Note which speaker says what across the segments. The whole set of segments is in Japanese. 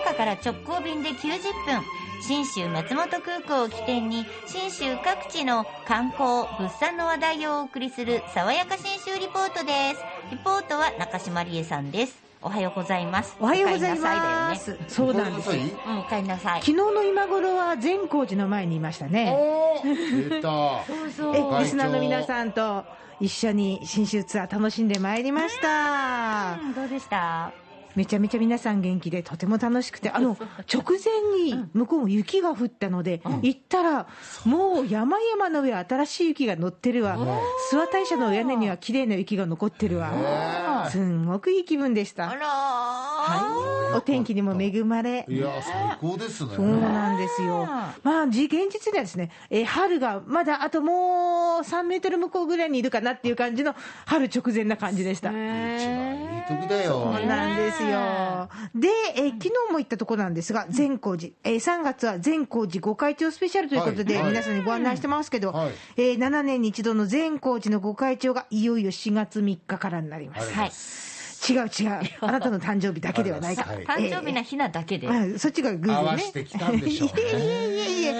Speaker 1: 岡から直行便で90分信州松本空港を起点に信州各地の観光物産の話題をお送りする爽やか信州リポートですリポートは中島理恵さんですおはようございます
Speaker 2: おはようございます。そうなんですよ。
Speaker 1: お帰りなさい
Speaker 2: 昨日の今頃は善光寺の前にいましたね。
Speaker 3: おー出た。
Speaker 1: そう
Speaker 2: え、
Speaker 1: そ
Speaker 2: リスナーの皆さんと一緒に新州ツアー楽しんでまいりました。
Speaker 1: うどうでした
Speaker 2: めちゃめちゃ皆さん元気でとても楽しくて、あの、直前に向こうも雪が降ったので、行ったら、もう山々の上新しい雪が乗ってるわ。諏訪大社の屋根には綺麗な雪が残ってるわ。すんごくいい気分でし
Speaker 1: あら
Speaker 2: た。
Speaker 1: ー、
Speaker 2: はい。お天気にも恵まれ。
Speaker 3: いや、最高ですね。
Speaker 2: そうなんですよ。
Speaker 1: あ
Speaker 2: まあ、じ現実にはですね、えー春がまだあともう3メートル向こうぐらいにいるかなっていう感じの春直前な感じでした。
Speaker 3: 一番いい時だよ。
Speaker 2: そうなんですよ。で、えー昨日も行ったとこなんですが、善光寺、えー3月は善光寺御開帳スペシャルということで、
Speaker 3: はいはい
Speaker 2: 皆さんにご案内してますけど、
Speaker 3: はい
Speaker 2: えー7年に一度の善光寺の御開帳がいよいよ4月3日からになります。
Speaker 1: はい
Speaker 2: 違う違う、あなたの誕生日だけではないか。
Speaker 3: はい
Speaker 1: 誕生日の日なだけで、
Speaker 2: あそっちが偶然ね。
Speaker 3: 合わせてきたんでしょうね
Speaker 2: いえいえいえいえ。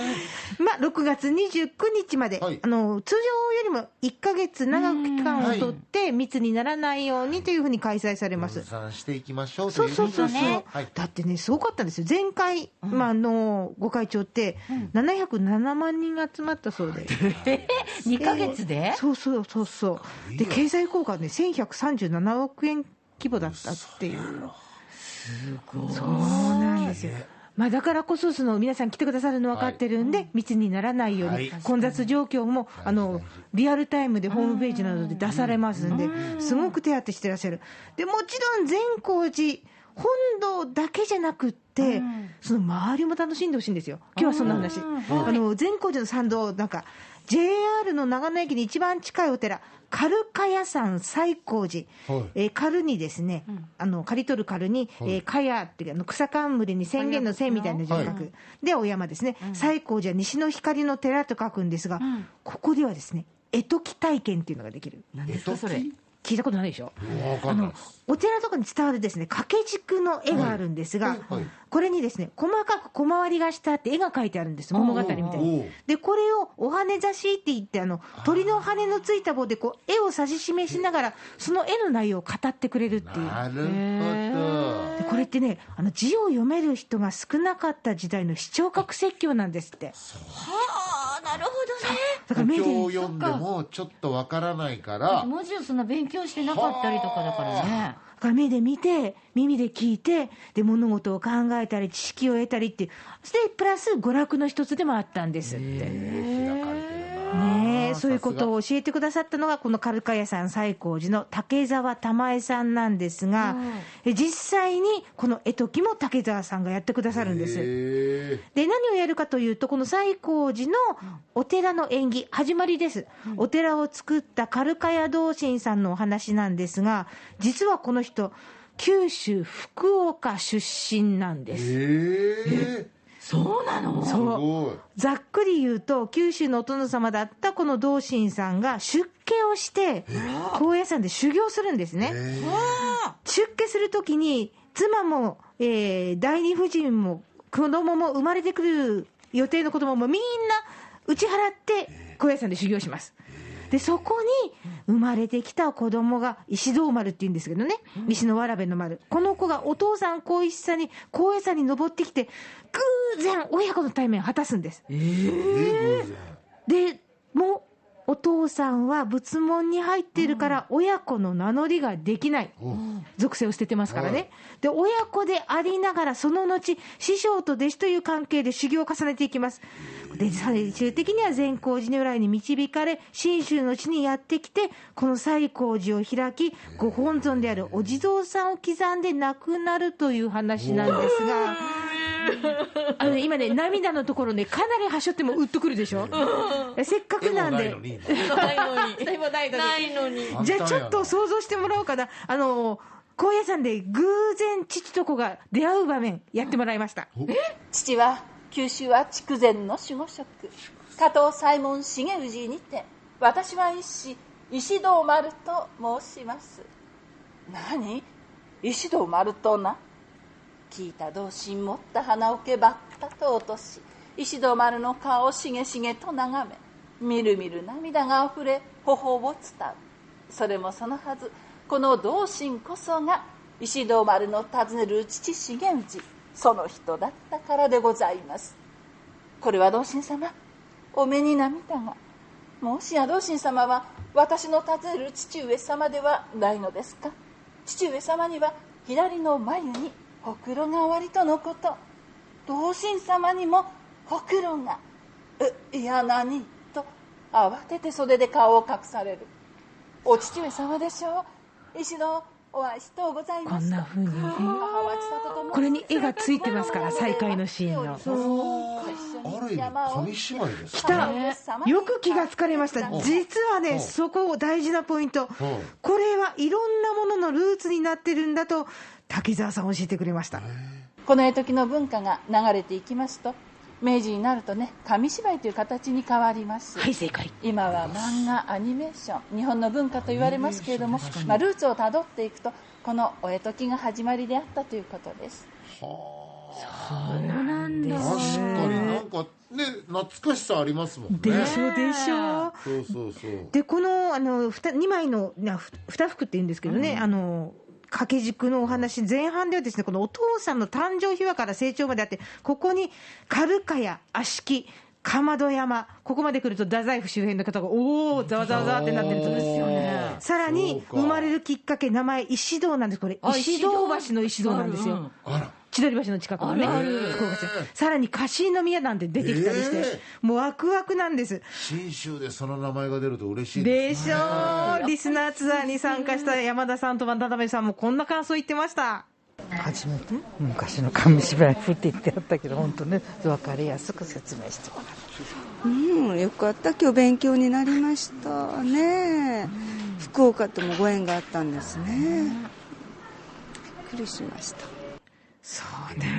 Speaker 2: まあ、6月29日まで、
Speaker 3: はい
Speaker 2: あの、通常よりも1ヶ月長く期間を取って、密にならないようにというふうに開催されます
Speaker 3: 分。散していきましょう
Speaker 2: そうそうそうそう、
Speaker 1: ね
Speaker 3: はい。
Speaker 2: だってね、すごかったんですよ、前回、まあ、あのご会長って、707万人が集まったそうで、
Speaker 1: 2ヶ月で、
Speaker 2: そうそうそうそう、で経済効果はね、1137億円規模だったっていう、そうなんですよ。まあ、だからこそ、その皆さん来てくださるの分かってるんで、密にならないように、
Speaker 3: はい
Speaker 2: 混雑状況もあのリアルタイムでホームページなどで出されますんで、すごく手当てしてらっしゃる、でもちろん善光寺、本堂だけじゃなくって、その周りも楽しんでほしいんですよ、今日はそんな話、あの善光寺の参道、なんか、JR の長野駅に一番近いお寺、カルカヤ山西光寺、
Speaker 3: はい
Speaker 2: えー、軽にですね、あの刈り取る軽に、えー、かやっていうあの草冠に宣言の線みたいな字を書く、
Speaker 3: は
Speaker 2: でお山ですね、西光寺は西の光の寺と書くんですが、ここではですね、絵解き体験っていうのができる、
Speaker 1: 何ですかそれ
Speaker 2: 聞いたことないでしょ、
Speaker 3: わかんないです。
Speaker 2: お寺とかに伝わるですね掛け軸の絵があるんですが、
Speaker 3: はいはいはい
Speaker 2: これにですね細かく小回りがしたって絵が描いてあるんです、物語みたい
Speaker 3: おうおうお
Speaker 2: に
Speaker 3: う。
Speaker 2: で、これをお羽差しって言って、あの鳥の羽のついた棒でこう絵を指し示しながら、その絵の内容を語ってくれるっていう。
Speaker 3: なる
Speaker 2: でこれってね、あの字を読める人が少なかった時代の視聴覚説教なんですって、
Speaker 1: はあなるほどね
Speaker 2: だか
Speaker 3: ほ
Speaker 2: ら
Speaker 3: ど。
Speaker 2: 目で
Speaker 3: 今日読んでもちょっとわからないから、
Speaker 1: 文字をそんな勉強してなかったりとかだからね
Speaker 2: だから目で見て、耳で聞いて、で物事を考えたり、知識を得たりっていう、それでプラス娯楽の一つでもあったんですって。
Speaker 3: え開かれてるな。
Speaker 2: ねえそういうこと
Speaker 3: を。
Speaker 2: を教えてくださったのが、このカルカヤさん西光寺の竹澤玉江さんなんですが、え実際にこの絵解きも竹澤さんがやってくださるんです。
Speaker 3: え
Speaker 2: で何をやるかというと、この西光寺のお寺の縁起、始まりです、お寺を作った軽カヤ道心さんのお話なんですが、実はこの人、九州福岡出身なんで
Speaker 3: え
Speaker 2: す。
Speaker 3: え
Speaker 1: そうなの
Speaker 3: え。す
Speaker 2: そう
Speaker 3: ごい。
Speaker 2: ざっくり言うと、九州のお殿様だったこの道心さんが出家をして、高野山で修行するんですね。出家するときに、妻も、えー第二夫人も、子供も生まれてくる予定の子供もみんな打ち払って、高野山で修行します。で、そこに生まれてきた子供が石堂丸って言うんですけどね、西のわらべの丸。この子がお父さん、高一さんに、高野山に登ってきて、偶然親子の対面を果たすんです。
Speaker 3: え
Speaker 2: でもうお父さんは仏門に入っているから親子の名乗りができない、属性を捨ててますからね、
Speaker 3: はい
Speaker 2: で親子でありながらその後師匠と弟子という関係で修行を重ねていきますで最終的には善光寺如来に導かれ信州の地にやってきてこの西光寺を開きご本尊であるお地蔵さんを刻んで亡くなるという話なんですが。あのね今ね、涙のところね、かなりはしょってもうっとくるでしょ、せっかくなん
Speaker 3: ない
Speaker 2: で
Speaker 3: の、に。
Speaker 1: ないのにないのに
Speaker 2: じゃあちょっと想像してもらおうかな、あの高野山で偶然、父と子が出会う場面、やってもらいました。
Speaker 4: 父は九州は筑前の守護職加藤左衛門重氏にて私は一子石堂丸と申します何石堂丸とな聞いた同心持った花桶ばったと落とし石戸丸の顔をしげしげと眺めみるみる涙があふれ頬を伝うそれもそのはずこの同心こそが石戸丸の訪ねる父重氏その人だったからでございますこれは同心様お目に涙がもしや同心様は私の訪ねる父上様ではないのですか父上様には左の眉にほくろがおありとのこと同心様にもほくろがえいや何と慌てて袖で顔を隠されるお父上様でしょう一度お会いしとうござい
Speaker 5: こ
Speaker 4: ま
Speaker 5: ん
Speaker 4: す
Speaker 5: な風に
Speaker 4: 母は千里と申します
Speaker 5: これに絵がついてますから再会のシーンの
Speaker 3: ある意味紙姉妹ですね
Speaker 2: 来たよく気がつかれました
Speaker 3: うん
Speaker 2: 実は
Speaker 3: う
Speaker 2: ね
Speaker 3: ん
Speaker 2: そこ大事なポイントこれはいろんなもののルーツになってるんだと滝沢さん教えてくれました
Speaker 4: この絵時の文化が流れていきますと明治になるとね紙芝居という形に変わります、
Speaker 5: はい正解
Speaker 4: 今は漫画アニメーション日本の文化と言われますけれども、まあ、ルーツをたどっていくとこのお絵解きが始まりであったということです
Speaker 3: 確かになんかね懐かしさありますもんね
Speaker 5: でしょでしょ
Speaker 3: そうそうそう
Speaker 2: でこのあの 2, 二枚のなふ二服っていうんですけどね、あの掛け軸のお話前半ではですねこのお父さんの誕生秘話から成長まであってここに軽かや足利鎌戸山ここまで来ると太宰府周辺の方がおおざわざわざわってなってるとですよねさら
Speaker 3: そう
Speaker 2: に
Speaker 3: か
Speaker 2: 生まれるきっかけ名前石堂なんですこれ石堂橋の石堂なんですよ、
Speaker 3: あら
Speaker 2: 千鳥橋の近くのね、福岡市さらに菓子の宮なんて出てきたりして、
Speaker 3: え
Speaker 2: もうワクワクなんです。
Speaker 3: 信州でその名前が出ると嬉しい
Speaker 2: で
Speaker 3: です
Speaker 2: しょうリスナーツアーに参加した山田さんと渡辺さんもこんな感想言ってました
Speaker 6: 初めて昔の紙芝居風って言ってあったけど本当ね分かりやすく説明してもらっ
Speaker 7: うん、よかった。今日勉強になりましたね。福岡ともご縁があったんですね。びっくりしました。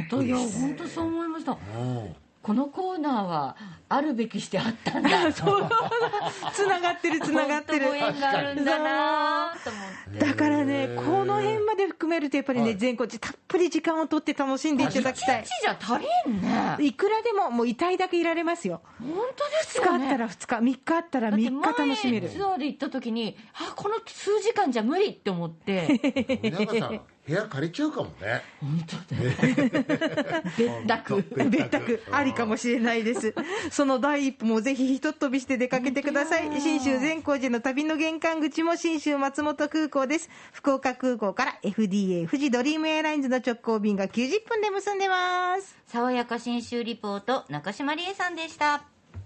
Speaker 8: といや本当そう思いました
Speaker 3: うん
Speaker 8: このコーナーはあるべきしてあったんだ
Speaker 2: つながってるつながってる
Speaker 8: ご縁があるんだなと思って
Speaker 2: だからねこの辺まで含めるとやっぱりね、
Speaker 3: はい
Speaker 2: 全国地たっぷり時間をとって楽しんでいただきたい
Speaker 8: 一日じゃ足りんね
Speaker 2: いくらでももう遺体だけいられますよ
Speaker 8: 本当です
Speaker 2: 2日あ
Speaker 8: よ
Speaker 2: った
Speaker 8: ね
Speaker 2: ら2日3日あったら3日楽しめ
Speaker 8: だ
Speaker 2: る
Speaker 8: って前ツアーで行った時にあこの数時間じゃ無理って思って
Speaker 3: 富永さん部屋借りちゃうかもね
Speaker 8: 本当だよ別 宅
Speaker 2: 別宅ありかもしれないですその第一歩もぜひひとっ飛びして出かけてください信州善光寺の旅の玄関口も信州松本空港です福岡空港から FDA 富士ドリームエアラインズの直行便が90分で結んでます
Speaker 1: 爽やか新州リポート中島理恵さんでした